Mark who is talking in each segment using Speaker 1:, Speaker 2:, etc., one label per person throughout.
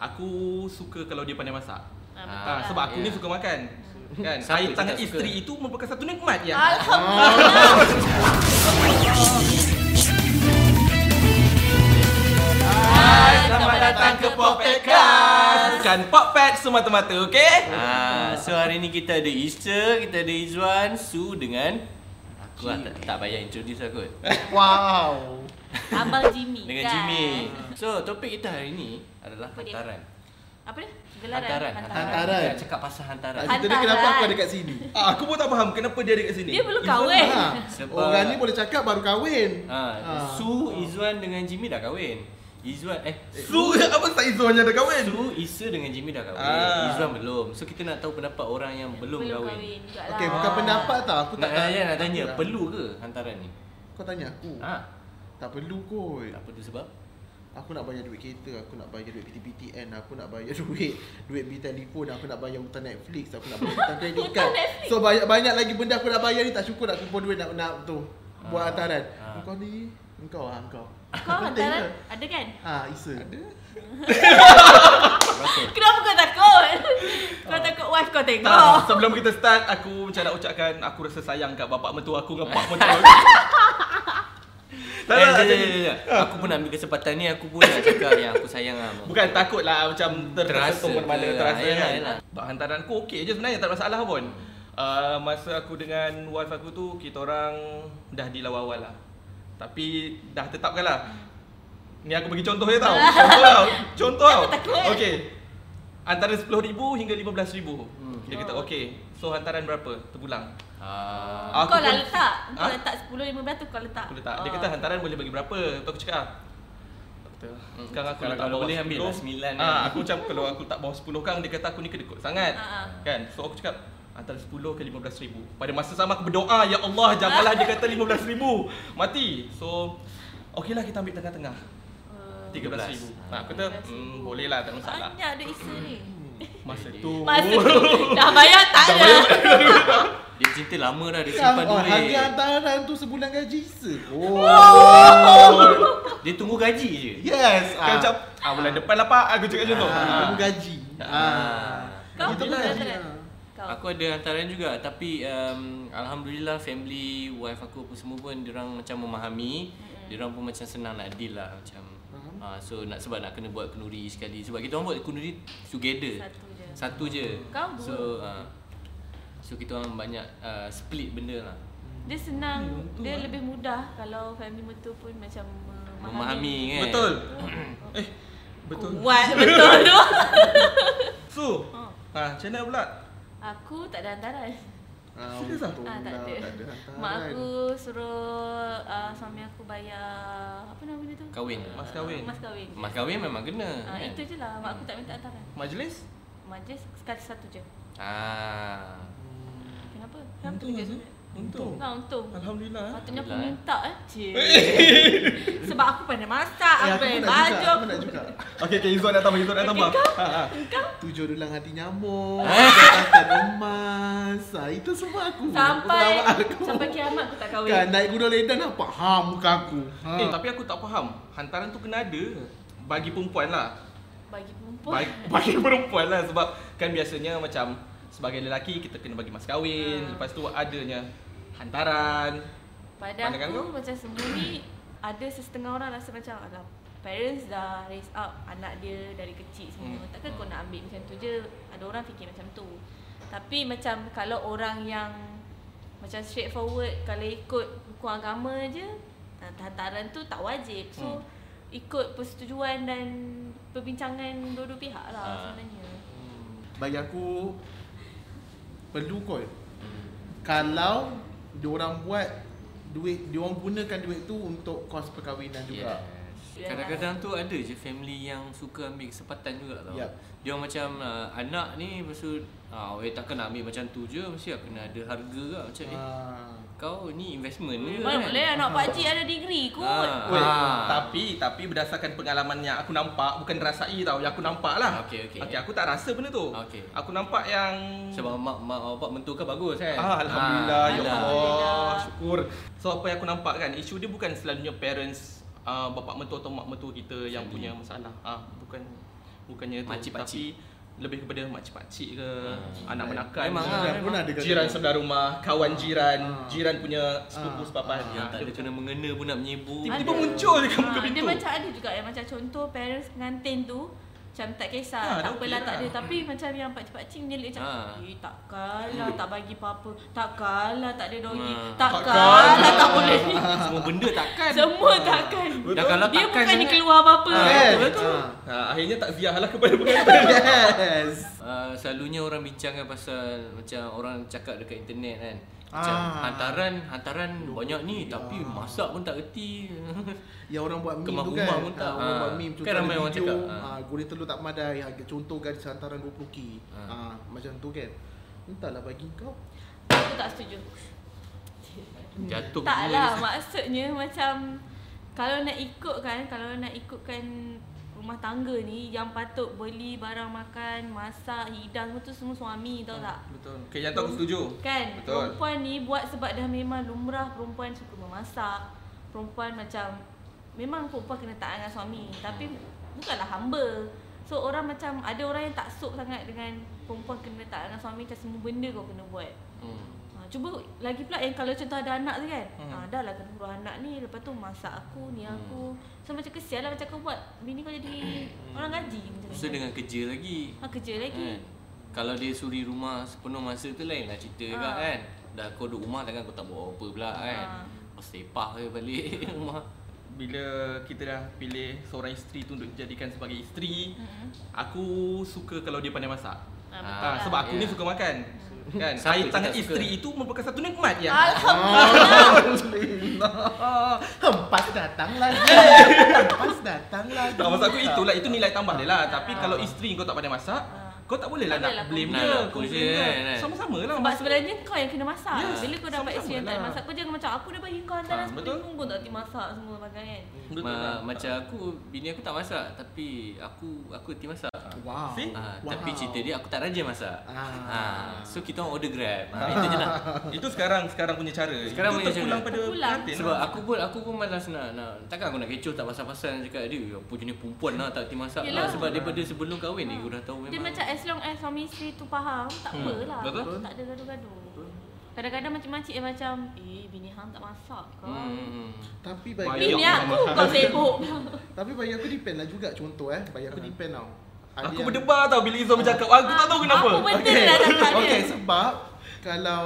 Speaker 1: Aku suka kalau dia pandai masak.
Speaker 2: Ah,
Speaker 1: Ah,
Speaker 2: betul lah.
Speaker 1: sebab aku ni
Speaker 3: Ya.
Speaker 1: suka makan. Kan?
Speaker 3: Siapa
Speaker 1: Air
Speaker 3: je
Speaker 1: tangan
Speaker 3: tak suka?
Speaker 1: isteri itu merupakan satu nikmat ya. yang
Speaker 2: Alhamdulillah. Hai, Ah, selamat datang ke Popcast.
Speaker 1: Bukan Popet semata-mata, okey?
Speaker 3: Ah, so hari ni kita ada Easter, kita ada Izwan, Su dengan aku lah, tak, tak payah introduce aku.
Speaker 4: Wow.
Speaker 2: Abang Jimmy.
Speaker 3: Dengan
Speaker 2: kan?
Speaker 3: Jimmy. So, topik kita hari ni adalah
Speaker 2: Apa dia?
Speaker 3: hantaran.
Speaker 2: Apa dia? Gelaran.
Speaker 3: Hantaran.
Speaker 4: Hantaran.
Speaker 3: Kita cakap pasal hantaran.
Speaker 4: Tak cerita dia
Speaker 2: Hantaran.
Speaker 4: kenapa aku ada kat sini.
Speaker 1: Ah, aku pun tak faham kenapa dia ada kat sini.
Speaker 2: Dia belum
Speaker 1: Izwan-
Speaker 2: kahwin.
Speaker 4: Ha.
Speaker 3: Sebab-
Speaker 4: Orang ni boleh cakap baru kahwin.
Speaker 3: Ha,
Speaker 4: Ah.
Speaker 3: Su, Izwan dengan Jimmy dah kahwin. Izwan eh
Speaker 1: Su apa tak Izwan yang ada kahwin?
Speaker 3: Su, Isa dengan Jimmy dah kahwin.
Speaker 1: Ah.
Speaker 3: Izwan belum. So kita nak tahu pendapat orang yang belum,
Speaker 2: Belum kahwin.
Speaker 3: kahwin.
Speaker 2: juga lah.
Speaker 4: Okey, bukan
Speaker 1: Ah.
Speaker 4: pendapat tau. Aku
Speaker 3: Nak
Speaker 4: tak
Speaker 3: Eh, ya,
Speaker 4: Oh.
Speaker 3: tanya, nak tanya, perlu ke hantaran ni?
Speaker 4: Kau tanya aku.
Speaker 3: Ha,
Speaker 4: Tak perlu kot.
Speaker 3: tak perlu sebab
Speaker 4: Aku nak bayar duit kereta, aku nak bayar duit PTPTN, aku nak bayar duit duit bil telefon, aku nak bayar hutang Netflix, aku nak bayar hutang kredit
Speaker 2: Hutang
Speaker 4: card.
Speaker 2: Netflix.
Speaker 4: So banyak-banyak lagi benda aku nak bayar ni tak syukur nak kumpul duit nak nak tu
Speaker 3: Ah.
Speaker 4: buat hantaran.
Speaker 3: Ah.
Speaker 4: Engkau ni, engkau ah engkau.
Speaker 2: Kau
Speaker 4: Penting
Speaker 2: hantaran
Speaker 4: ke?
Speaker 2: ada kan?
Speaker 4: Ha, Isa. Ada.
Speaker 3: berapa?
Speaker 2: Kenapa kau takut? Kau takut wife kau tengok.
Speaker 1: Ah, sebelum kita start, aku macam nak ucapkan aku rasa sayang kat bapak mentua aku dengan pak mentua aku. Tak, ya,
Speaker 3: Eh,
Speaker 1: tak,
Speaker 3: jap,
Speaker 1: tak,
Speaker 3: jap, jap, jap. Aku pun nak ambil kesempatan ni Aku pun nak cakap yang aku sayang sama
Speaker 1: Bukan takut lah macam ter-
Speaker 3: Terasa
Speaker 1: tersentuh pada
Speaker 3: ke
Speaker 1: kepala,
Speaker 3: lah,
Speaker 1: terasa
Speaker 3: yelah,
Speaker 1: kan.
Speaker 3: yelah.
Speaker 1: Bak hantaran aku okey je sebenarnya tak ada masalah pun. Uh, masa aku dengan wife aku tu kita orang dah di awal-awal lah. Tapi dah tetapkan lah. Ni aku bagi contoh dia tau. Contoh tau. Contoh tau.
Speaker 2: Takut.
Speaker 1: Okey. Antara RM10,000 hingga RM15,000.
Speaker 3: Hmm.
Speaker 1: Dia kata okey. So hantaran berapa? Terpulang.
Speaker 3: Ah,
Speaker 1: Aku
Speaker 2: Kau lah
Speaker 1: pun-
Speaker 2: letak. Kau
Speaker 1: Ha?
Speaker 2: letak 10 15 tu kau letak.
Speaker 1: Aku letak. Dia
Speaker 2: Ah.
Speaker 1: kata hantaran boleh bagi berapa? Tu aku cakap. "Ah." Aku kata,
Speaker 3: Hmm.
Speaker 1: Sekarang aku
Speaker 3: Kalau-
Speaker 1: letak
Speaker 3: kalau
Speaker 1: bawah
Speaker 3: boleh
Speaker 1: 10.
Speaker 3: ambil lah sembilan
Speaker 1: Ah,
Speaker 3: kan.
Speaker 1: aku macam kalau aku letak bawah 10 kang dia kata aku ni kedekut sangat.
Speaker 2: Ah, ah.
Speaker 1: Kan? So aku cakap antara 10 ke 15 ribu. Pada masa sama aku berdoa, ya Allah janganlah dia kata 15 ribu. Mati. So okeylah kita ambil tengah-tengah.
Speaker 2: Eh,
Speaker 1: 13 ribu.
Speaker 3: Ah.
Speaker 1: Nah, aku kata hmm, boleh lah tak masalah.
Speaker 2: Banyak ada isa ni.
Speaker 1: Masa tu
Speaker 2: Masa tu dah bayar tak ada.
Speaker 3: Dia cinta lama dah
Speaker 1: Ya,
Speaker 3: Dia
Speaker 4: Kam,
Speaker 3: simpan
Speaker 4: oh,
Speaker 3: duit
Speaker 4: harga hantaran tu sebulan gaji Isa. Oh.
Speaker 3: Dia tunggu gaji je
Speaker 4: Yes.
Speaker 1: kan
Speaker 4: ah.
Speaker 1: macam ah bulan depan lah pak aku cakap macam tu.
Speaker 4: Ah,
Speaker 1: Ah.
Speaker 4: Kamu gaji.
Speaker 3: Ah.
Speaker 2: Kau
Speaker 4: Itu
Speaker 2: pun
Speaker 4: gaji,
Speaker 2: hantaran.
Speaker 4: ah.
Speaker 2: Kau.
Speaker 3: Aku ada hantaran juga Tapi um, Alhamdulillah Family Wife aku apa semua pun Diorang macam memahami Diorang pun macam senang nak deal lah Macam
Speaker 1: Mhm.
Speaker 3: uh, So nak sebab nak kena buat kenduri sekali Sebab kita orang buat kenduri Together
Speaker 2: Satu je.
Speaker 3: Satu je
Speaker 2: Kau dua.
Speaker 3: So uh, So kita orang banyak uh, Split benda lah
Speaker 2: Dia senang, dia lebih mudah kalau family mertua pun macam memahami.
Speaker 3: Memahami kan
Speaker 1: Betul. Eh betul.
Speaker 2: Kuat betul tu.
Speaker 1: Su.
Speaker 2: Ha.
Speaker 1: Ha, macam mana pula?
Speaker 2: Aku tak ada hantaran.
Speaker 4: Ah,
Speaker 1: Serius ah?
Speaker 4: untung
Speaker 2: Ah, tak
Speaker 4: lah,
Speaker 2: ada.
Speaker 4: tak ada hantaran.
Speaker 2: Mak aku suruh ah, suami aku bayar apa nama dia tu?
Speaker 3: Kahwin.
Speaker 1: Mas kahwin.
Speaker 2: Mas kahwin.
Speaker 3: Mas kahwin memang kena. kan?
Speaker 2: Ah, itu je lah. Mak aku tak minta hantaran.
Speaker 1: Majlis?
Speaker 2: Majlis sekali satu je.
Speaker 3: Ah.
Speaker 2: Kenapa? Kenapa tu je?
Speaker 1: Azul. lah, Untung.
Speaker 2: Ha, untung.
Speaker 1: Alhamdulillah. eh.
Speaker 2: Patutnya aku
Speaker 3: Alhamdulillah, eh.
Speaker 2: minta eh. Cik. Sebab aku pandai masak,
Speaker 4: Eh,
Speaker 2: aku
Speaker 4: aku pun
Speaker 2: pandai
Speaker 4: nak juga.
Speaker 2: baju.
Speaker 4: Aku nak juga.
Speaker 1: Okey, okey, Izwan nak tambah, Izwan nak tambah. Ha, ha.
Speaker 4: Tujuh dulang hati nyamuk,
Speaker 1: Eh.
Speaker 4: kesihatan emas. Ah, itu semua aku.
Speaker 2: Sampai
Speaker 4: Pengalaman aku.
Speaker 2: sampai kiamat aku tak kahwin.
Speaker 4: Kan naik gudang ledan nampak ha muka aku. Ha.
Speaker 3: Ah.
Speaker 1: Eh, tapi aku tak faham. Hantaran tu kena ada bagi perempuan lah.
Speaker 2: Bagi
Speaker 3: Oh.
Speaker 2: perempuan.
Speaker 1: Bagi, bagi perempuan lah sebab kan biasanya macam sebagai lelaki kita kena bagi mas kahwin,
Speaker 3: Ah.
Speaker 2: Ha.
Speaker 1: lepas tu adanya hantaran.
Speaker 2: Pada
Speaker 1: Pandangan
Speaker 2: aku
Speaker 1: kau?
Speaker 2: macam semua ni ada sesetengah orang rasa macam alah parents dah raise up anak dia dari kecil semua.
Speaker 1: Hmm.
Speaker 2: Takkan kau nak ambil macam tu je. Ada orang fikir macam tu. Tapi macam kalau orang yang macam straightforward kalau ikut hukum agama je ah, hantaran tu tak wajib. So
Speaker 3: Hmm.
Speaker 2: ikut persetujuan dan perbincangan dua-dua pihak
Speaker 3: Ah.
Speaker 2: lah sebenarnya.
Speaker 4: Bagi aku perlu kot. Kalau diorang buat duit diorang gunakan duit tu untuk kos perkahwinan juga.
Speaker 3: Yes. Kadang-kadang
Speaker 2: lah.
Speaker 3: tu ada je family yang suka ambil kesempatan juga tau.
Speaker 1: Ya.
Speaker 4: Yup.
Speaker 3: Dia orang macam uh, anak ni lepas tu ah uh, takkan nak ambil macam tu je mesti aku kena ada harga lah macam eh
Speaker 4: Ah.
Speaker 3: kau ni investment kan?" ni
Speaker 2: Mana boleh anak pakcik ada degree kot.
Speaker 3: Ah.
Speaker 1: Weh,
Speaker 3: Ah.
Speaker 1: tapi tapi berdasarkan pengalaman yang aku nampak, bukan rasai tau, yang aku nampak lah.
Speaker 3: Ah, Okey, okey.
Speaker 1: Okey, aku tak rasa benda tu.
Speaker 3: Okey.
Speaker 1: Aku nampak yang
Speaker 3: Sebab mak mak bapak mentua kau bagus kan.
Speaker 1: Ah, Alhamdulillah, ya
Speaker 2: Alhamdulillah.
Speaker 1: Allah, syukur. So apa yang aku nampak kan, isu dia bukan selalunya parents, uh, bapak mentua atau mak mentua kita yang punya masalah. Ah, bukan bukannya tu
Speaker 3: Makcik-pakcik.
Speaker 1: tapi lebih kepada makcik-pakcik ke
Speaker 3: Ah.
Speaker 1: anak menakan
Speaker 3: Memang
Speaker 1: ke.
Speaker 3: ah,
Speaker 4: Jiran pun
Speaker 3: memang.
Speaker 4: ada
Speaker 1: jiran sebelah rumah kawan jiran
Speaker 4: Ah.
Speaker 1: jiran punya sepupu
Speaker 4: Ah.
Speaker 1: sepapan
Speaker 3: Yang tak ada kena mengena pun nak menyebut.
Speaker 1: tiba-tiba
Speaker 2: Ada.
Speaker 1: muncul je kat muka
Speaker 2: Ah, Dia
Speaker 1: pintu
Speaker 2: macam ada juga yang macam contoh parents pengantin tu macam tak kisah,
Speaker 1: Ah,
Speaker 2: tak
Speaker 1: dah
Speaker 2: apalah
Speaker 1: okey
Speaker 2: tak
Speaker 1: lah.
Speaker 2: ada Tapi macam yang pakcik-pakcik ni dia macam
Speaker 3: Ah.
Speaker 2: Eh tak kalah, tak bagi apa-apa Tak kalah, tak ada doggy
Speaker 3: Ah.
Speaker 2: Tak
Speaker 1: Tak Kan? Ah.
Speaker 2: kalah, tak boleh
Speaker 3: Semua benda takkan.
Speaker 2: Semua takkan
Speaker 1: Betul.
Speaker 3: Dah kalau
Speaker 2: Dia
Speaker 3: takkan
Speaker 2: bukan dia
Speaker 3: sangat.
Speaker 2: keluar apa-apa
Speaker 3: Ah,
Speaker 4: Kan?
Speaker 3: betul.
Speaker 4: Ah.
Speaker 1: Ha, akhirnya tak ziah lah kepada pengantin.
Speaker 4: Yes.
Speaker 3: Uh, selalunya orang bincangkan pasal macam orang cakap dekat internet kan. Macam
Speaker 4: Ah.
Speaker 3: hantaran hantaran banyak ni tapi
Speaker 4: Ah.
Speaker 3: masak pun tak reti.
Speaker 4: Yang orang buat meme
Speaker 3: Kemah
Speaker 4: tu
Speaker 3: rumah
Speaker 4: kan.
Speaker 3: pun tak.
Speaker 4: Ah, orang
Speaker 3: Ah.
Speaker 4: buat meme
Speaker 3: Kan ramai orang
Speaker 4: video,
Speaker 3: cakap, ah.
Speaker 4: ah, goreng telur tak madai. Ha, contoh garis hantaran 20k.
Speaker 3: Ah.
Speaker 4: Ah, macam tu kan. Entahlah bagi kau.
Speaker 2: Aku tak setuju
Speaker 3: Jatuh
Speaker 2: Tak
Speaker 3: semua
Speaker 2: lah
Speaker 3: ni.
Speaker 2: maksudnya macam Kalau nak ikutkan, kalau nak ikutkan rumah tangga ni Yang patut beli barang makan, masak, hidang tu semua suami tau tak
Speaker 1: Betul. Okay, yang tu aku setuju. Betul.
Speaker 2: Kan Betul. Perempuan ni buat sebab dah memang lumrah Perempuan suka memasak Perempuan macam Memang perempuan kena taat dengan suami Tapi bukanlah hamba So orang macam Ada orang yang tak sok sangat dengan Perempuan kena taat dengan suami Macam semua benda kau kena buat
Speaker 3: Hmm.
Speaker 2: Ha, cuba lagi pula yang kalau contoh ada anak tu kan
Speaker 1: Hmm.
Speaker 2: hmm. ha, Dah lah kena urus anak ni Lepas tu masak aku ni aku So macam kesian lah macam kau buat Bini kau jadi orang gaji macam
Speaker 3: Lepas tu
Speaker 2: tu.
Speaker 3: dengan kerja lagi.
Speaker 2: ha, Kerja lagi
Speaker 3: Kan? Kalau dia suri rumah sepenuh masa tu lain lah cerita ha. juga
Speaker 2: Ah.
Speaker 3: kan. Dah kau duduk rumah takkan kau tak buat apa pula kan.
Speaker 2: Ah.
Speaker 3: Kau sepah je balik rumah.
Speaker 1: Bila kita dah pilih seorang isteri tu untuk dijadikan sebagai isteri,
Speaker 2: Mm-mm.
Speaker 1: aku suka kalau dia pandai masak.
Speaker 2: Hmm.
Speaker 1: Ha,
Speaker 2: ha, betul
Speaker 3: Ah,
Speaker 2: lah. Hmm.
Speaker 1: sebab aku ni
Speaker 3: Ya.
Speaker 1: suka makan. Kan?
Speaker 3: Siapa
Speaker 1: Air
Speaker 3: yang
Speaker 1: tangan
Speaker 3: tak suka?
Speaker 1: isteri itu merupakan satu nikmat ya.
Speaker 2: Ah.
Speaker 4: Alhamdulillah.
Speaker 3: Ah.
Speaker 4: Hempas datang lagi. Hempas datang lah. lagi.
Speaker 1: Tak maksud aku itulah itu nilai tambah dia lah. Tapi
Speaker 2: Ah.
Speaker 1: kalau isteri kau tak pandai masak,
Speaker 2: Ah.
Speaker 1: kau tak boleh lah
Speaker 2: Tak
Speaker 1: nak
Speaker 2: boleh lah
Speaker 1: blame dia.
Speaker 3: complain. Nak
Speaker 1: Kau
Speaker 3: complain
Speaker 1: blame dia.
Speaker 3: kan, kan?
Speaker 1: Sama-sama lah.
Speaker 2: Sebab sebenarnya kau yang kena masak.
Speaker 1: Yes,
Speaker 2: Bila kau dapat
Speaker 1: sama-sama
Speaker 2: isteri yang tak
Speaker 1: lah.
Speaker 2: masak, kau jangan macam aku dapat ikan
Speaker 1: Ah,
Speaker 2: dalam ha,
Speaker 1: betul.
Speaker 2: betul. pun tak boleh masak semua makan kan.
Speaker 1: Betul lah.
Speaker 3: Ma- macam aku bini aku tak masak tapi aku aku hati masak.
Speaker 4: Wow.
Speaker 1: See?
Speaker 3: Ah,
Speaker 4: wow.
Speaker 3: tapi cerita dia aku tak rajin masak.
Speaker 4: Ah.
Speaker 3: Ah. so kita orang order Grab. Ah, itu je lah.
Speaker 1: Itu sekarang sekarang punya cara.
Speaker 3: Sekarang
Speaker 1: itu
Speaker 3: punya cara.
Speaker 1: terpulang pada
Speaker 2: Terpulang.
Speaker 1: pengantin
Speaker 3: Sebab
Speaker 1: lah.
Speaker 3: aku pun aku pun malas nak nak takkan aku nak kecoh tak pasal-pasal nak cakap dia apa jenis perempuan lah tak timas masak lah
Speaker 2: Yelah.
Speaker 3: sebab daripada sebelum kahwin ni aku dah tahu
Speaker 2: Dia
Speaker 3: memang.
Speaker 2: macam as long as suami isteri tu faham, tak
Speaker 1: Hmm,
Speaker 2: hmm. apalah.
Speaker 1: betul.
Speaker 2: Tak ada gaduh-gaduh. Kadang-kadang macam-macam yang macam, eh bini hang tak masak ke? Hmm.
Speaker 3: Hmm.
Speaker 4: Tapi
Speaker 1: Bayar
Speaker 4: bagi
Speaker 2: Bini
Speaker 1: orang
Speaker 2: aku
Speaker 1: makan.
Speaker 2: kau sibuk. Hmm.
Speaker 4: tapi bagi aku depend lah juga contoh eh. Bagi aku depend tau. Ada
Speaker 1: Aku
Speaker 4: yang-
Speaker 1: berdebar tau bila Izzah bercakap. Aku
Speaker 3: Ah,
Speaker 1: tak tahu kenapa.
Speaker 2: Apa benda okay. lah cakap dia.
Speaker 4: Okay, sebab kalau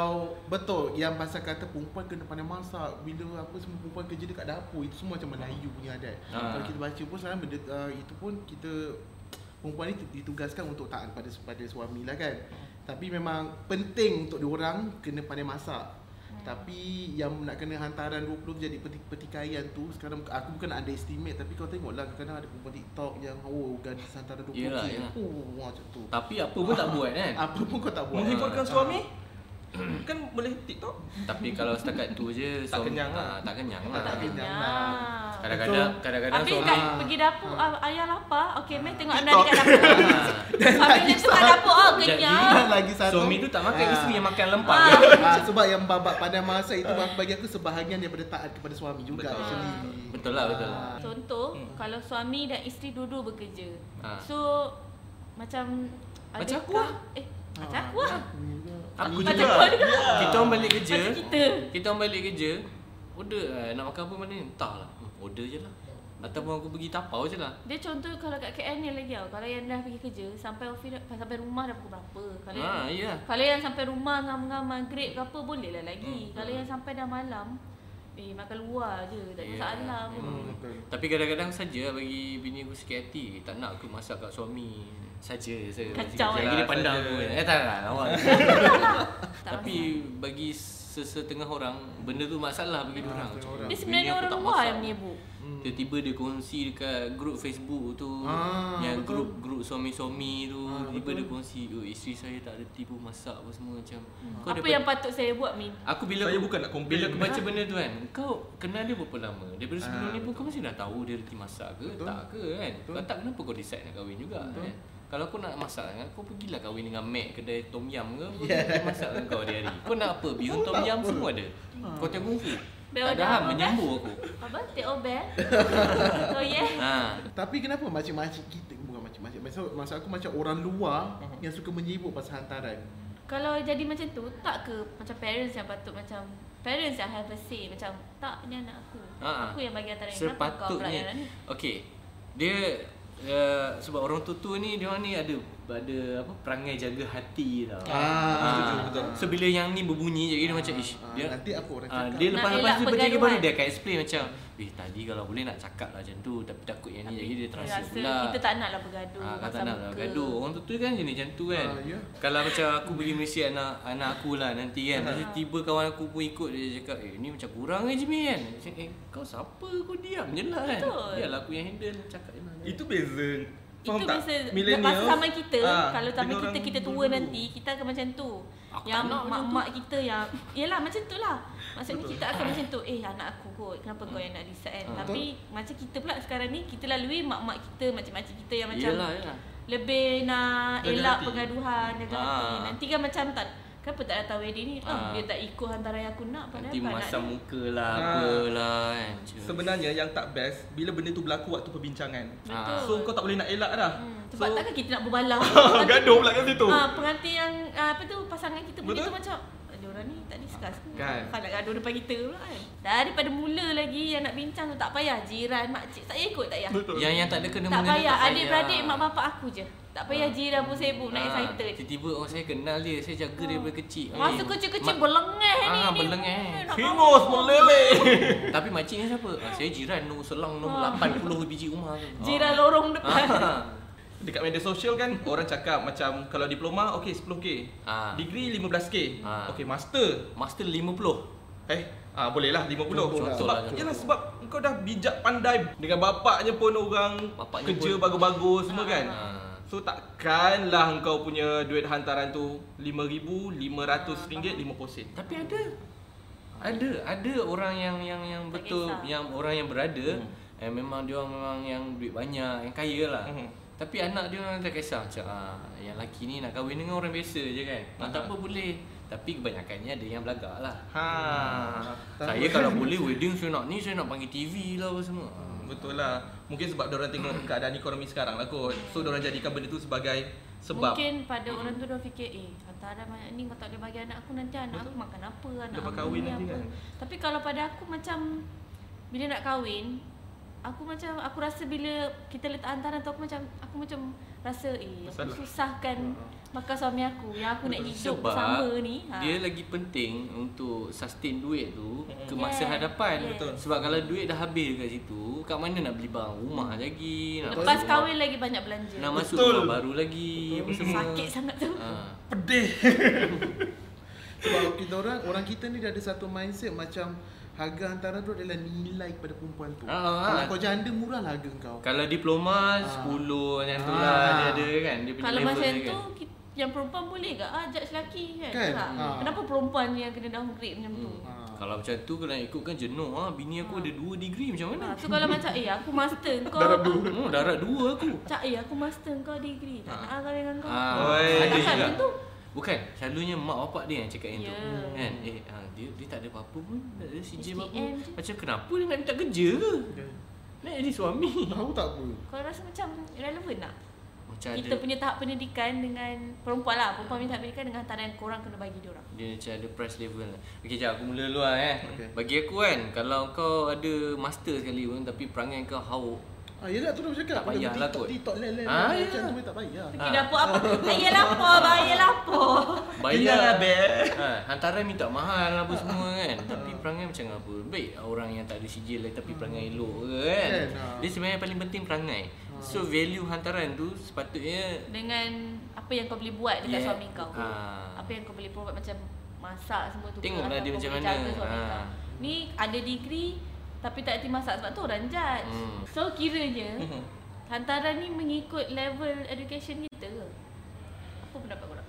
Speaker 4: betul yang pasal kata perempuan kena pandai masak bila apa semua perempuan kerja dekat dapur itu semua macam Melayu punya adat.
Speaker 3: Ah.
Speaker 4: Kalau kita baca pun sekarang benda uh, itu pun kita perempuan ni ditugaskan untuk taat pada pada suami lah kan. Tapi memang penting untuk diorang kena pandai masak. Tapi yang nak kena hantaran 20 jadi peti- pertikaian tu sekarang aku bukan nak underestimate tapi kau tengoklah kadang-kadang ada perempuan TikTok yang oh gadis hantaran 20
Speaker 3: Yelah, yelah.
Speaker 4: Oh macam tu.
Speaker 3: Tapi apa pun tak buat kan.
Speaker 4: Apa pun kau tak buat.
Speaker 1: Menghiburkan
Speaker 4: Ah.
Speaker 1: suami kan boleh TikTok.
Speaker 3: Tapi kalau setakat tu je
Speaker 1: Tak kenyang lah.
Speaker 3: ah, tak kenyang lah.
Speaker 4: Tak kenyang.
Speaker 2: Kenyang.
Speaker 3: Kadang-kadang
Speaker 4: Betul.
Speaker 3: kadang-kadang
Speaker 2: lah. Habis
Speaker 3: suami
Speaker 2: kat
Speaker 4: Ah.
Speaker 2: pergi dapur, ah, ayah lapar. Okay, meh tengok anak dekat dapur.
Speaker 3: Ah.
Speaker 2: Sambil dia tu kat dapur, oh kenyang.
Speaker 4: Dan lagi satu.
Speaker 3: Suami tu tak makan
Speaker 4: Ah.
Speaker 3: isteri yang makan kan? lempang.
Speaker 4: Ah, sebab yang babak pada masa itu bagi aku sebahagian daripada taat kepada suami juga
Speaker 1: Betul.
Speaker 4: actually.
Speaker 3: Betul lah, betul lah.
Speaker 4: Ah.
Speaker 2: Contoh hmm. kalau suami dan isteri dua-dua bekerja.
Speaker 3: Ha.
Speaker 2: Ha. So macam
Speaker 3: Macam aku
Speaker 2: adakah-
Speaker 3: lah.
Speaker 2: Eh, macam aku
Speaker 4: Ah,
Speaker 2: lah.
Speaker 3: Aku
Speaker 2: Macam
Speaker 3: juga.
Speaker 2: kau juga.
Speaker 3: Kita orang balik kerja.
Speaker 2: Macam kita.
Speaker 3: Kita orang balik kerja. Order lah. nak makan apa mana ni? Entahlah. Hmm, Order je lah. Ataupun aku pergi tapau je lah.
Speaker 2: Dia contoh kalau kat KL ni lagi tau. Kalau yang dah pergi kerja sampai office dah- sampai rumah dah pukul berapa? Kalau
Speaker 3: Ha,
Speaker 2: yang,
Speaker 3: ya.
Speaker 2: kalau yang sampai rumah ngam-ngam maghrib ke apa boleh lah lagi.
Speaker 3: Hmm,
Speaker 2: Kalau yang sampai dah malam Eh makan luar je, tak ada
Speaker 3: Ya.
Speaker 2: masalah lah, pun.
Speaker 4: Hmm, betul.
Speaker 3: Tapi kadang-kadang saja bagi bini aku sikit hati. Tak nak aku masak kat suami. Saja saya.
Speaker 2: Kacau, eh.
Speaker 3: Lagi dia pandang
Speaker 1: Saja.
Speaker 3: aku. kan. Eh tak lah. Awak.
Speaker 2: Tak
Speaker 3: Tapi bagi sesetengah orang, benda tu masalah bagi dia orang.
Speaker 4: setengah
Speaker 3: Macam,
Speaker 4: orang.
Speaker 2: Dia
Speaker 3: bini
Speaker 2: sebenarnya
Speaker 3: aku
Speaker 2: orang
Speaker 3: tak
Speaker 2: luar
Speaker 3: masak.
Speaker 2: yang menyebut.
Speaker 4: Hmm.
Speaker 3: Tiba-tiba dia kongsi dekat grup Facebook tu
Speaker 4: Ah,
Speaker 3: Yang
Speaker 4: betul.
Speaker 3: grup-grup suami-suami tu
Speaker 4: Ah,
Speaker 3: Tiba
Speaker 4: betul.
Speaker 3: dia kongsi "Oh, Isteri saya tak reti pun masak apa semua macam Kau
Speaker 2: Apa
Speaker 3: daripada-
Speaker 2: yang patut saya buat Min?
Speaker 3: Aku bila
Speaker 1: Saya bukan nak complain.
Speaker 3: Bila aku baca benda tu kan Kau kenal dia berapa lama Daripada sebelum ni pun kau masih dah tahu Dia reti masak ke
Speaker 4: Ah. Betul.
Speaker 3: tak ke kan
Speaker 4: Betul.
Speaker 3: Kalau tak kenapa kau decide nak kahwin juga kan kalau kau nak masak kan, kau pergilah kahwin dengan Mac kedai tom yam ke apa
Speaker 4: Ya.
Speaker 3: yeah. Dia masak dengan kau hari-hari Kau nak apa? Bihun tom yam semua ada
Speaker 4: Ha. Ah.
Speaker 3: Kau tengok kungfu
Speaker 2: Bel
Speaker 3: Tak ada ham,
Speaker 2: dah,
Speaker 3: menyambu aku
Speaker 2: Apa? Teh Obel? oh yeah.
Speaker 3: Ha.
Speaker 4: Tapi kenapa macam-macam kita bukan macam macam macam masa masa aku macam orang luar
Speaker 1: Mhm.
Speaker 4: yang suka menyibuk pasal hantaran.
Speaker 2: Kalau jadi macam tu, tak ke macam parents yang patut macam parents yang have a say macam tak ni anak aku.
Speaker 3: Ha.
Speaker 2: Aku yang bagi hantaran. Kenapa kau pula yang
Speaker 3: Sepatutnya.
Speaker 2: ni?
Speaker 3: Okey. Dia uh, sebab orang tua-tua ni dia orang ni ada ada apa perangai jaga hati tau. Ha.
Speaker 4: Ah, setuju, betul.
Speaker 3: So bila yang ni berbunyi jadi dia macam ish
Speaker 4: Ah,
Speaker 3: dia
Speaker 4: nanti apa orang
Speaker 3: Ah,
Speaker 4: cakap?
Speaker 3: dia
Speaker 2: Nak elak
Speaker 3: lepas-lepas tu lepas dia baru
Speaker 2: pergaduhan.
Speaker 3: dia akan explain macam Eh tadi kalau boleh nak cakap lah macam tu Tapi takut yang ni jadi dia terasa
Speaker 2: rasa
Speaker 3: pula
Speaker 2: kita tak naklah bergaduh.
Speaker 3: Ah, kata
Speaker 2: pasal
Speaker 3: nak lah
Speaker 2: muka.
Speaker 3: gaduh. Orang tu tu kan jenis macam tu kan.
Speaker 4: Ah, ya.
Speaker 3: Kalau macam aku pergi Malaysia anak anak aku lah nanti
Speaker 4: Ah.
Speaker 3: kan. Lepas tu tiba kawan aku pun ikut dia cakap, "Eh, ni macam kurang eh Jimmy kan." Dia Cakap, "Eh, kau siapa? Kau diam je lah kan."
Speaker 2: Betul.
Speaker 3: Biarlah aku yang handle cakap je lah.
Speaker 1: Itu beza. Faham
Speaker 2: itu
Speaker 1: tak?
Speaker 2: biasa
Speaker 1: Millennial,
Speaker 2: masa zaman kita
Speaker 1: ah,
Speaker 2: kalau zaman
Speaker 1: dengan
Speaker 2: kita
Speaker 1: orang
Speaker 2: kita tua
Speaker 1: dulu.
Speaker 2: nanti kita akan macam tu
Speaker 3: Aku
Speaker 2: yang
Speaker 3: tak nak macam
Speaker 2: mak-mak kita yang Yelah macam tu lah Maksudnya
Speaker 1: Betul.
Speaker 2: kita akan macam tu Eh anak aku kot Kenapa kau yang nak reset kan
Speaker 3: Ah.
Speaker 2: Tapi macam kita pula sekarang ni Kita lalui mak-mak kita Macam-macam kita yang macam
Speaker 3: Yelah, yelah.
Speaker 2: Lebih nak
Speaker 1: Jaga
Speaker 2: elak
Speaker 1: hati.
Speaker 2: pergaduhan Jaga
Speaker 3: Ah.
Speaker 2: hati Nanti kan macam tak Kenapa tak datang wedding ni ah.
Speaker 3: Ah.
Speaker 2: Dia tak ikut hantaran yang aku nak padahal
Speaker 3: Nanti
Speaker 2: aku anak
Speaker 3: masam
Speaker 2: dia.
Speaker 3: muka lah,
Speaker 1: Ah.
Speaker 3: apalah kan. Cik.
Speaker 1: Sebenarnya yang tak best bila benda tu berlaku waktu perbincangan.
Speaker 2: Betul
Speaker 1: So kau tak boleh nak elak dah.
Speaker 2: Hmm, sebab
Speaker 1: so,
Speaker 2: takkan kita nak berbalah
Speaker 1: gaduh pula kat situ.
Speaker 2: Ah, pengantin yang ah, apa tu pasangan kita
Speaker 1: Betul.
Speaker 2: punya tu macam dia orang ni tak discuss ke?
Speaker 1: Kan.
Speaker 2: Kan nak gaduh depan kita pula kan. Daripada mula lagi yang nak bincang tu tak payah jiran mak cik saya ikut tak payah.
Speaker 1: Betul.
Speaker 3: yang yang tak ada kena
Speaker 2: tak
Speaker 3: mengena
Speaker 2: payah
Speaker 3: lah.
Speaker 2: adik-beradik mak bapak aku je. Tak payah jiran pun sibuk Oh, nak
Speaker 3: Ah,
Speaker 2: excited. Hmm.
Speaker 3: Tiba-tiba orang saya kenal dia, saya jaga dia daripada kecil.
Speaker 2: Masa
Speaker 3: Eh,
Speaker 2: kecil-kecil
Speaker 3: mak-
Speaker 2: berlengah ni.
Speaker 3: Ah,
Speaker 2: ni.
Speaker 3: berlengah.
Speaker 2: Hmm, nak
Speaker 1: Hingus
Speaker 2: bawa.
Speaker 1: meleleh.
Speaker 3: Tapi makcik ni siapa? Ah, saya jiran nombor selang
Speaker 2: Ah.
Speaker 3: nombor 80 biji rumah tu. Ah.
Speaker 2: Jiran lorong depan.
Speaker 1: Dekat media sosial kan orang cakap macam kalau diploma okey 10k.
Speaker 3: Ah.
Speaker 1: Degree 15k.
Speaker 3: Ah.
Speaker 1: Okey master
Speaker 3: Master 50.
Speaker 1: Eh, ah bolehlah 50.
Speaker 4: Contoh lah.
Speaker 1: sebab
Speaker 3: Contoh.
Speaker 1: yalah sebab kau dah bijak pandai dengan bapaknya pun orang
Speaker 3: Bapaknya
Speaker 1: kerja
Speaker 3: pun.
Speaker 1: bagus-bagus semua
Speaker 2: Ah.
Speaker 1: kan.
Speaker 3: Ah.
Speaker 1: So takkanlah kau punya duit hantaran tu RM5,500 50 sen.
Speaker 3: Tapi ada. Ada, ada orang yang yang yang
Speaker 2: Tak
Speaker 3: betul
Speaker 2: kisah.
Speaker 3: yang orang yang berada
Speaker 1: Hmm.
Speaker 3: eh, memang dia orang memang yang duit banyak, yang kaya lah.
Speaker 1: Mhm.
Speaker 3: Tapi anak dia orang tak kisah macam ah, yang lelaki ni nak kahwin dengan orang biasa je kan. Ah, tak apa boleh. Tapi kebanyakannya ada yang belagak lah.
Speaker 1: Ha.
Speaker 4: Tak
Speaker 3: saya
Speaker 4: apa.
Speaker 3: kalau boleh wedding saya nak ni saya nak panggil TV lah apa semua. Ah.
Speaker 4: Hmm.
Speaker 1: Betul lah. Mungkin sebab orang tengok keadaan ekonomi sekarang lah kot. So orang jadikan benda tu sebagai sebab.
Speaker 2: Mungkin pada orang tu dia fikir eh hantaran banyak ni kau tak boleh bagi anak aku nanti anak aku makan apa anak
Speaker 1: Lepas
Speaker 2: aku
Speaker 1: kahwin
Speaker 2: ni
Speaker 1: nanti
Speaker 2: apa.
Speaker 1: kan.
Speaker 2: Tapi kalau pada aku macam bila nak kahwin aku macam aku rasa bila kita letak hantaran tu aku macam aku macam rasa eh aku
Speaker 1: Masalah.
Speaker 2: susahkan
Speaker 1: Ah.
Speaker 2: makan suami aku yang aku nak hidup
Speaker 3: Sebab
Speaker 2: bersama ni. Ha.
Speaker 3: Dia lagi penting untuk sustain duit tu
Speaker 4: Hmm.
Speaker 3: ke masa
Speaker 2: Yeah,
Speaker 3: hadapan.
Speaker 2: yeah.
Speaker 1: Betul.
Speaker 3: Sebab kalau duit dah habis kat situ, kat mana nak beli barang rumah lagi, nak
Speaker 2: Lepas
Speaker 3: masuk
Speaker 2: kahwin lagi banyak belanja.
Speaker 3: rumah, nak masuk
Speaker 1: Betul.
Speaker 3: rumah baru lagi, apa
Speaker 4: Hmm.
Speaker 3: semua.
Speaker 2: Sakit sangat tu.
Speaker 3: Ha.
Speaker 1: Pedih.
Speaker 4: Sebab kita orang orang kita ni dah ada satu mindset macam harga hantaran tu adalah nilai kepada perempuan tu.
Speaker 3: Ah, ah,
Speaker 4: Kalau
Speaker 3: ah.
Speaker 4: kau janda murah lah harga kau.
Speaker 3: Kalau diploma 10 macam tu lah dia
Speaker 4: Ah.
Speaker 3: ada kan, dia punya
Speaker 2: Kalau
Speaker 3: level
Speaker 2: macam
Speaker 3: dia
Speaker 2: tu
Speaker 3: kan.
Speaker 2: ki- yang perempuan boleh ke ah judge lelaki kan?
Speaker 4: Kan?
Speaker 2: Tak.
Speaker 4: Ah.
Speaker 2: Kenapa perempuan yang kena downgrade macam tu?
Speaker 4: Ha.
Speaker 3: Kalau macam tu kalau nak ikutkan jenuh ah, bini aku ada 2 degree macam mana?
Speaker 2: Ha, so kalau macam eh aku master kau
Speaker 4: Darab Ah. dua.
Speaker 3: Oh, darat 2 aku.
Speaker 2: Cak eh aku master kau degree tak nak kau dengan kau.
Speaker 3: Ah,
Speaker 1: Oi.
Speaker 2: Cakap
Speaker 3: ada juga.
Speaker 2: macam tu.
Speaker 3: Bukan, selalunya mak bapak dia yang cakap yang tu.
Speaker 2: Ya.
Speaker 3: Kan? Eh, ha, dia dia tak ada apa-apa pun, tak ada CJ
Speaker 2: SPM
Speaker 3: apa.
Speaker 2: je.
Speaker 3: Macam kenapa dia nak minta kerja ke? Nak jadi suami.
Speaker 4: Tahu tak apa?
Speaker 2: Kau rasa macam relevan tak?
Speaker 3: Macam ada
Speaker 2: Kita punya tahap pendidikan dengan perempuan lah, perempuan punya tahap pendidikan dengan hantaran yang korang kena bagi dia orang.
Speaker 3: dia macam ada price level lah. Okey, jap aku mula dulu lah eh.
Speaker 4: Okey.
Speaker 3: Bagi aku kan, kalau kau ada master sekali pun tapi perangai kau hauk.
Speaker 4: Ah, yelah tu dah cakap.
Speaker 3: Tak payah lah kot.
Speaker 4: TikTok lele.
Speaker 3: Ah, ya.
Speaker 4: Macam tu pun tak payah.
Speaker 2: Pergi dapur apa? Bayar lapor, bayar lapor.
Speaker 1: Kenyang lah, Bel.
Speaker 3: ha, hantaran minta mahal apa semua kan Tapi perangai macam apa Baik orang yang tak ada sijil lagi
Speaker 2: Hmm.
Speaker 3: tapi perangai elok ke kan
Speaker 4: Kan, ha.
Speaker 3: Dia sebenarnya paling penting perangai So value hantaran tu sepatutnya
Speaker 2: Dengan apa yang kau boleh buat dekat
Speaker 3: Yeah.
Speaker 2: suami kau.
Speaker 3: Ah.
Speaker 2: Apa yang kau boleh buat macam masak semua tu. ke,
Speaker 3: Tengoklah
Speaker 2: atau
Speaker 3: dia
Speaker 2: kau
Speaker 3: macam
Speaker 2: boleh
Speaker 3: mana.
Speaker 2: jaga suami
Speaker 3: Ah.
Speaker 2: kau. Ni ada degree tapi tak erti masak sebab tu orang judge.
Speaker 3: Hmm.
Speaker 2: So kiranya
Speaker 1: Mhm.
Speaker 2: hantaran ni mengikut level education kita ke? Apa pendapat korang?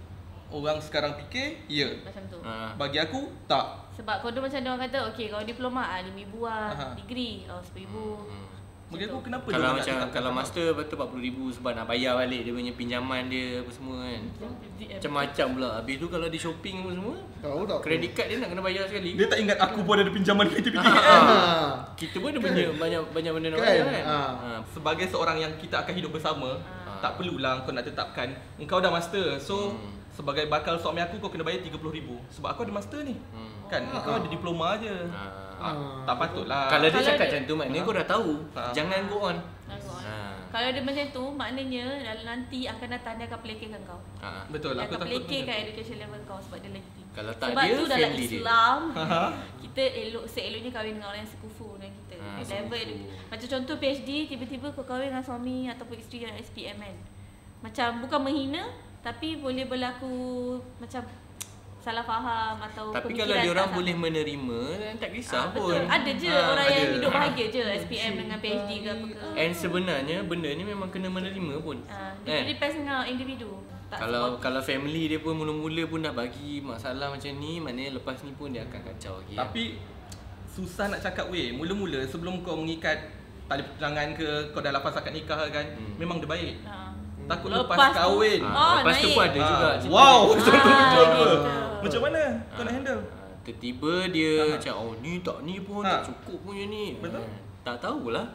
Speaker 1: Orang sekarang fikir, ya.
Speaker 2: Macam tu.
Speaker 3: ha.
Speaker 1: Bagi aku, tak.
Speaker 2: Sebab kau macam dia orang kata, okey kau diploma ah 5000 ah,
Speaker 1: Aha.
Speaker 2: degree oh 10000.
Speaker 3: Hmm.
Speaker 1: Bagi aku, kenapa dia
Speaker 3: Kalau
Speaker 1: nak
Speaker 3: macam
Speaker 1: letak
Speaker 3: kalau
Speaker 1: kat
Speaker 3: master lepas tu 40000 sebab nak bayar balik dia punya pinjaman dia apa semua kan. Macam-macam pula. Habis tu kalau dia shopping apa semua,
Speaker 4: Tahu tak? apa?
Speaker 3: kredit card dia nak kena bayar sekali. Ah,
Speaker 1: Dia tak ingat aku pun ada pinjaman PTPTN.
Speaker 4: Ah.
Speaker 3: Kita pun ada punya banyak banyak benda nak
Speaker 4: Kan?
Speaker 3: bayar kan.
Speaker 4: Ah.
Speaker 3: Ha.
Speaker 1: Sebagai seorang yang kita akan hidup bersama,
Speaker 3: Ah.
Speaker 1: tak perlulah kau nak tetapkan. Engkau dah master. So
Speaker 3: Hmm.
Speaker 1: sebagai bakal suami aku kau kena bayar 30000 sebab aku ada master ni.
Speaker 3: Hmm.
Speaker 1: Kan
Speaker 4: Ah.
Speaker 1: engkau ada diploma je.
Speaker 3: Ah.
Speaker 1: Ah, tak patutlah.
Speaker 3: Kalau dia
Speaker 2: Kalau
Speaker 3: cakap
Speaker 2: dia-
Speaker 3: macam tu maknanya
Speaker 1: Ah.
Speaker 3: kau dah tahu.
Speaker 1: Ah.
Speaker 3: Jangan go on.
Speaker 2: Ha.
Speaker 3: Ah.
Speaker 2: Kalau dia macam tu, maknanya dalam- nanti akan datang dia akan pelekehkan kau.
Speaker 3: Ah.
Speaker 1: betul
Speaker 2: dia
Speaker 1: aku
Speaker 2: akan
Speaker 1: takut.
Speaker 2: pelekehkan education level kau sebab dia lagi tinggi.
Speaker 3: Kalau tak
Speaker 2: Sebab
Speaker 3: dia
Speaker 2: tu dalam
Speaker 3: family dia.
Speaker 2: Islam,
Speaker 1: Ha.
Speaker 2: kita elok seeloknya kahwin dengan orang yang sekufu dengan kita.
Speaker 3: Ah,
Speaker 2: level
Speaker 3: sekufu.
Speaker 2: macam contoh PhD tiba-tiba kau kahwin dengan suami ataupun isteri yang SPM kan. Macam bukan menghina tapi boleh berlaku macam salah faham atau
Speaker 3: Tapi
Speaker 2: pemikiran
Speaker 3: kalau
Speaker 2: tak
Speaker 3: dia orang
Speaker 2: sama.
Speaker 3: boleh menerima dan tak
Speaker 2: Ah,
Speaker 3: kisah
Speaker 2: betul.
Speaker 3: pun.
Speaker 2: Ada je
Speaker 3: Ah,
Speaker 2: orang yang
Speaker 3: ada.
Speaker 2: hidup
Speaker 3: Ah.
Speaker 2: bahagia je SPM dengan PhD ke apa ke.
Speaker 3: And sebenarnya benda ni memang kena menerima pun.
Speaker 2: Ah,
Speaker 3: Kan?
Speaker 2: dia depends dengan individu. Tak
Speaker 3: kalau
Speaker 2: sebab-
Speaker 3: kalau family dia pun mula-mula pun dah bagi masalah macam ni, maknanya lepas ni pun dia akan kacau lagi. ya.
Speaker 1: Tapi susah nak cakap weh. Mula-mula sebelum kau mengikat tali pertunangan ke kau dah lepas akad nikah kan
Speaker 3: Hmm.
Speaker 1: memang dia baik.
Speaker 2: Ah.
Speaker 1: Takut
Speaker 2: Lepas
Speaker 1: lepas,
Speaker 2: tu-
Speaker 1: kahwin.
Speaker 3: Ah,
Speaker 2: Oh,
Speaker 3: lepas tu
Speaker 2: naik.
Speaker 3: pun ada
Speaker 1: Ah,
Speaker 3: juga. cerita
Speaker 1: Wow,
Speaker 3: dia.
Speaker 1: betul betul
Speaker 2: Ah,
Speaker 1: betul. betul.
Speaker 2: gitu.
Speaker 1: Macam mana kau nak
Speaker 3: Ah,
Speaker 1: handle?
Speaker 3: ah, Tiba-tiba dia macam oh ni tak ni pun
Speaker 1: Ah.
Speaker 3: tak cukup punya ni.
Speaker 1: Betul.
Speaker 3: Ah, Tak tahulah.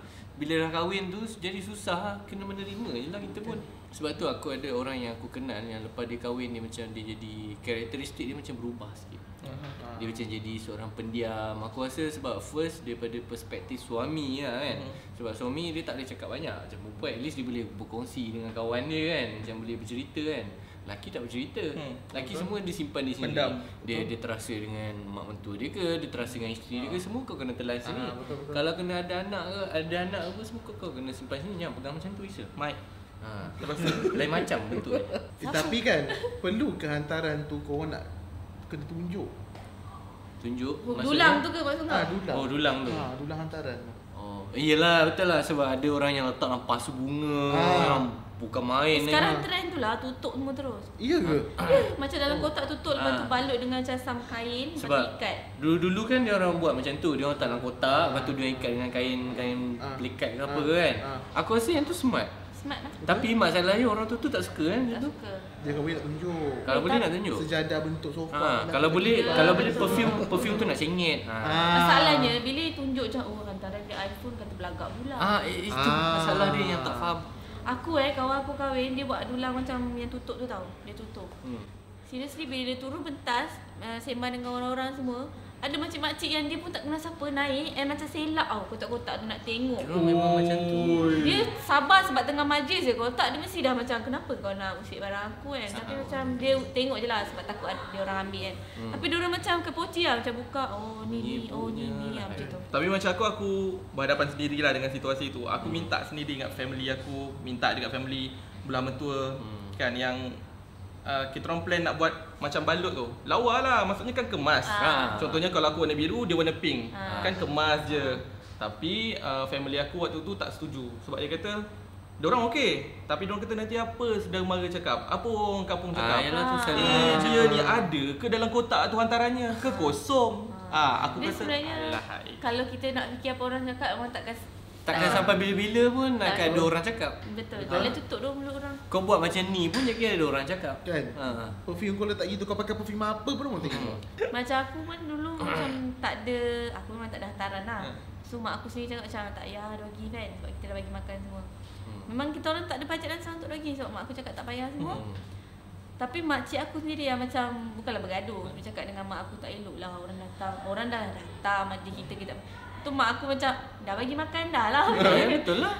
Speaker 3: Bila dah kahwin tu jadi susah lah. kena menerima je lah kita pun. Sebab tu aku ada orang yang aku kenal yang lepas dia kahwin dia macam dia jadi karakteristik dia macam berubah sikit.
Speaker 2: Ah.
Speaker 1: Ah.
Speaker 3: Dia macam jadi seorang pendiam. Aku rasa sebab first daripada perspektif suami lah kan.
Speaker 1: Hmm.
Speaker 3: Sebab suami dia tak boleh cakap banyak. Macam perempuan at least dia boleh berkongsi dengan kawan dia kan. Macam boleh bercerita kan. Laki tak bercerita.
Speaker 1: Hmm,
Speaker 3: Laki
Speaker 1: betul.
Speaker 3: semua dia simpan di sini.
Speaker 1: Pendam.
Speaker 3: Dia dia terasa dengan mak mentua dia ke, dia terasa dengan isteri dia
Speaker 1: Ah.
Speaker 3: ke, semua kau kena telan sini.
Speaker 4: Ah, betul, betul.
Speaker 3: Kalau kena ada anak ke, ada anak ke semua kau, kau kena simpan sini. Jangan pegang macam tu Isa.
Speaker 1: Mike.
Speaker 3: Ha.
Speaker 1: Lepas tu
Speaker 3: Lain macam bentuk dia.
Speaker 4: Eh, tapi kan perlu kehantaran tu kau nak kena tunjuk.
Speaker 3: Tunjuk
Speaker 2: Dulang tu ke maksud kau?
Speaker 4: Ah, dulang.
Speaker 3: Oh, dulang tu.
Speaker 4: Ah, dulang hantaran.
Speaker 3: Oh, iyalah betul lah sebab ada orang yang letak dalam pasu bunga,
Speaker 4: Ah.
Speaker 3: yang bukan main
Speaker 2: Sekarang trend tu lah tutup semua terus.
Speaker 4: Iya ke?
Speaker 2: Eh, macam dalam kotak tutup lepas tu
Speaker 3: Ah.
Speaker 2: balut dengan macam sam kain lepas tu
Speaker 3: sebab
Speaker 2: ikat.
Speaker 3: dulu-dulu kan dia orang buat macam tu, dia orang letak dalam kotak, lepas tu dia orang ikat dengan kain kain
Speaker 4: Ah.
Speaker 3: pelikat ke apa
Speaker 4: Ah.
Speaker 3: ke kan.
Speaker 4: Ah.
Speaker 3: Aku rasa yang tu smart.
Speaker 2: Smart lah.
Speaker 3: Tapi masalahnya orang tu tu tak suka kan macam
Speaker 2: Tak
Speaker 3: tu.
Speaker 2: suka.
Speaker 4: Dia kahwin nak tunjuk.
Speaker 3: Kalau boleh nak tunjuk.
Speaker 4: Sejadah bentuk sofa.
Speaker 3: Ha,
Speaker 4: lah.
Speaker 3: kalau boleh
Speaker 2: Ya,
Speaker 3: kalau boleh
Speaker 2: betul.
Speaker 3: perfume perfume tu nak sengit. Ha.
Speaker 4: Ah.
Speaker 2: Masalahnya bila tunjuk macam oh hantaran dia iPhone kata belagak pula.
Speaker 3: Ah, itu
Speaker 4: Ah.
Speaker 3: masalah dia yang tak faham.
Speaker 2: Aku eh kawan aku kahwin dia buat dulang macam yang tutup tu tau. Dia tutup.
Speaker 3: Hmm.
Speaker 2: Seriously bila dia turun pentas uh, sembang dengan orang-orang semua ada makcik-makcik yang dia pun tak kenal siapa naik and macam selap tau kotak-kotak tu nak tengok.
Speaker 3: Dia orang memang macam tu.
Speaker 2: Dia sabar sebab tengah majlis je kalau tak dia mesti dah macam kenapa kau nak usik barang aku kan Tapi macam dia tengok je lah sebab takut ada- dia orang ambil kan
Speaker 3: Hmm.
Speaker 2: Tapi dia orang macam kepoci lah macam buka oh ni
Speaker 3: Ni
Speaker 2: ni, oh ni
Speaker 3: punya
Speaker 2: ni
Speaker 3: lah,
Speaker 2: lah macam
Speaker 3: kan.
Speaker 2: tu
Speaker 1: Tapi macam aku aku berhadapan sendirilah dengan situasi tu. Aku minta sendiri dekat family aku, minta dekat family belah mentua
Speaker 3: Hmm.
Speaker 1: kan yang uh, kita orang plan nak buat macam balut tu. Lawa lah, maksudnya kan kemas.
Speaker 3: Ah.
Speaker 1: Contohnya kalau aku warna biru, dia warna pink.
Speaker 2: Ah.
Speaker 1: Kan kemas je. Tapi uh, family aku waktu tu tak setuju sebab dia kata Diorang okey Tapi diorang kata nanti apa sedang mara cakap Apa orang kampung
Speaker 3: Ah,
Speaker 1: cakap
Speaker 3: yalah tu
Speaker 2: Ah.
Speaker 3: salah.
Speaker 1: Eh dia ni ada ke dalam kotak tu hantarannya ke kosong Ah, aku
Speaker 2: Dia
Speaker 1: kata
Speaker 2: sebenarnya
Speaker 1: alahai.
Speaker 2: kalau kita nak fikir apa orang cakap orang takkan
Speaker 3: Takkan
Speaker 4: Ah.
Speaker 3: sampai bila-bila pun nak
Speaker 2: Tak.
Speaker 3: ada orang cakap.
Speaker 2: Betul, boleh tutup dulu mulut orang
Speaker 3: Kau buat macam ni pun jadi ada orang cakap.
Speaker 4: Kan?
Speaker 3: Ha.
Speaker 4: Perfume kau letak gitu kau pakai perfume apa pun orang tengok.
Speaker 3: Hmm.
Speaker 2: Macam aku pun dulu macam tak ada Aku memang tak ada hantaran lah So mak aku sendiri cakap macam tak payah doggy kan Sebab kita dah bagi makan semua Memang kita orang tak ada bajet dan sound untuk doggy Sebab mak aku cakap tak payah semua
Speaker 3: Hmm.
Speaker 2: Tapi makcik aku sendiri yang macam Bukanlah bergaduh Dia cakap dengan mak aku tak elok lah orang datang Orang dah datang majlis kita kita Tu mak aku macam Dah bagi makan dah lah
Speaker 3: Ya, betul lah.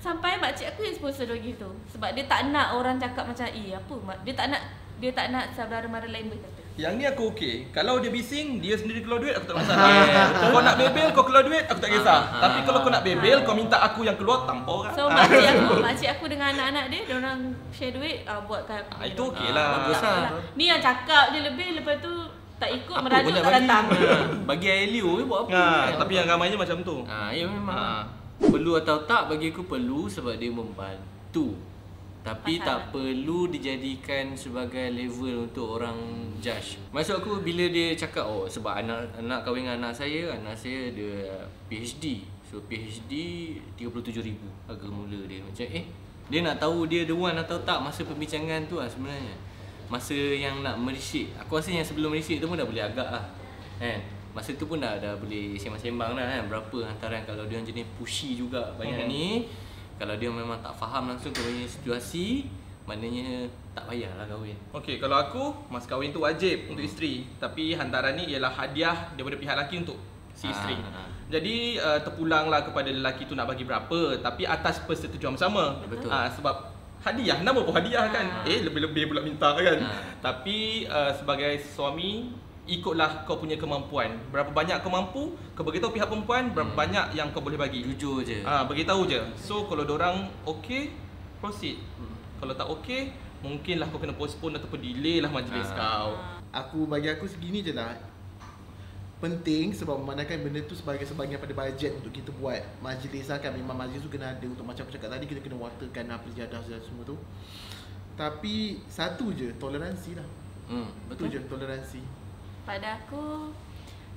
Speaker 2: Sampai makcik aku yang sponsor doggy tu Sebab dia tak nak orang cakap macam Eh apa mak?" Dia tak nak Dia tak nak saudara-mara lain berkata
Speaker 1: Yang ni aku okey. Kalau dia bising, dia sendiri keluar duit aku tak masalah. kau nak bebel kau keluar duit aku tak kisah.
Speaker 3: Ah,
Speaker 1: Tapi kalau kau nak bebel kau minta aku yang keluar tanpa orang.
Speaker 2: So makcik aku, makcik aku dengan anak-anak dia, dia orang share duit uh, buatkan.
Speaker 1: Ah, itu okey lah.
Speaker 3: Ah, bagus lah.
Speaker 2: Ni yang cakap je lebih lepas tu tak ikut
Speaker 3: Apa
Speaker 2: merajuk
Speaker 3: pun nak
Speaker 2: tak
Speaker 3: bagi.
Speaker 2: datang.
Speaker 3: Ha. Bagi ILU je buat apa.
Speaker 1: Ha,
Speaker 3: kan?
Speaker 1: tapi yang ramainya macam tu.
Speaker 3: Ha, ya memang.
Speaker 1: Ha.
Speaker 3: Perlu atau tak bagi aku perlu sebab dia membantu. Tapi
Speaker 2: Pasangan.
Speaker 3: tak perlu dijadikan sebagai level untuk orang judge. Maksud aku bila dia cakap oh sebab anak anak kahwin dengan anak saya, anak saya dia PhD. So PhD 37,000 harga mula dia. Macam eh dia nak tahu dia the one atau tak masa perbincangan tu lah sebenarnya. Masa yang nak merisik. Aku rasa yang sebelum merisik tu pun dah boleh agak lah. Kan? Masa tu pun dah, dah boleh sembang-sembang lah kan Berapa hantaran kalau dia orang jenis pushy juga banyak ni Kalau dia memang tak faham langsung kau punya situasi, maknanya tak payahlah kahwin.
Speaker 1: Okey, kalau aku, mas kahwin tu wajib untuk isteri. Tapi hantaran ni ialah hadiah daripada pihak lelaki untuk si
Speaker 3: Ah,
Speaker 1: isteri.
Speaker 3: ah.
Speaker 1: Jadi uh, terpulanglah kepada lelaki tu nak bagi berapa tapi atas persetujuan bersama.
Speaker 3: Betul.
Speaker 1: Ah, sebab hadiah nama pun hadiah kan.
Speaker 2: Ah.
Speaker 1: Eh lebih-lebih pula minta kan.
Speaker 3: Ah.
Speaker 1: Tapi uh, sebagai suami ikutlah kau punya kemampuan. Berapa banyak kau mampu, kau beritahu pihak perempuan berapa
Speaker 3: Hmm.
Speaker 1: banyak yang kau boleh bagi.
Speaker 3: Jujur je.
Speaker 1: Ah, beritahu je. So kalau orang okey, proceed.
Speaker 3: Hmm.
Speaker 1: Kalau tak okey, mungkinlah kau kena postpone ataupun delay lah majlis
Speaker 3: Ah.
Speaker 1: kau.
Speaker 4: Aku bagi aku segini je lah Penting sebab memandangkan benda tu sebagai sebahagian pada bajet untuk kita buat Majlis lah kan memang majlis tu kena ada untuk macam aku cakap tadi Kita kena waterkan apa jadah dan semua tu Tapi satu je toleransi lah
Speaker 3: Hmm, betul.
Speaker 4: Betul je toleransi
Speaker 2: Pada aku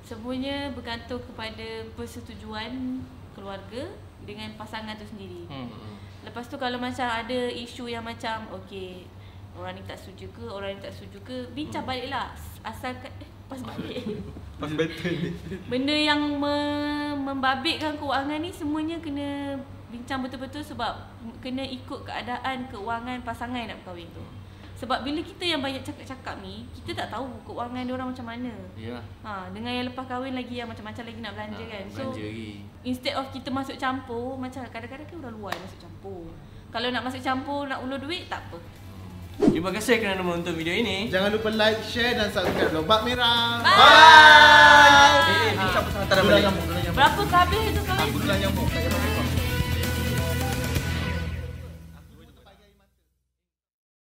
Speaker 2: semuanya bergantung kepada persetujuan keluarga dengan pasangan tu sendiri.
Speaker 1: Hmm.
Speaker 3: Hmm.
Speaker 2: Lepas tu kalau macam ada isu yang macam okey orang ni tak setuju ke, orang ni tak setuju ke, bincang baliklah. Asalkan eh, pas balik.
Speaker 1: Pas battle.
Speaker 2: Benda yang me- membabitkan kewangan ni semuanya kena bincang betul-betul sebab kena ikut keadaan kewangan pasangan yang nak berkahwin tu. Sebab bila kita yang banyak cakap-cakap ni, kita tak tahu kewangan dia orang macam mana.
Speaker 3: Yalah.
Speaker 2: Ha, dengan yang lepas kahwin lagi yang macam-macam lagi nak belanja
Speaker 3: Ya. Ah,
Speaker 2: kan. So
Speaker 3: Belanja lagi.
Speaker 2: instead of kita masuk campur, macam kadang-kadang kan orang luar yang masuk campur. Kalau nak masuk campur, nak ulur duit tak apa.
Speaker 3: Terima kasih kerana menonton video ini.
Speaker 4: Jangan lupa like, share dan subscribe Lobak Merah
Speaker 2: Bye.
Speaker 1: Eh, bincang pasal hantaran
Speaker 4: Gelang
Speaker 1: balik.
Speaker 4: nyamuk, gelang nyamuk
Speaker 2: Berapa habis tu kahwin?
Speaker 1: Aku gelang nyamuk. Tak payah balik.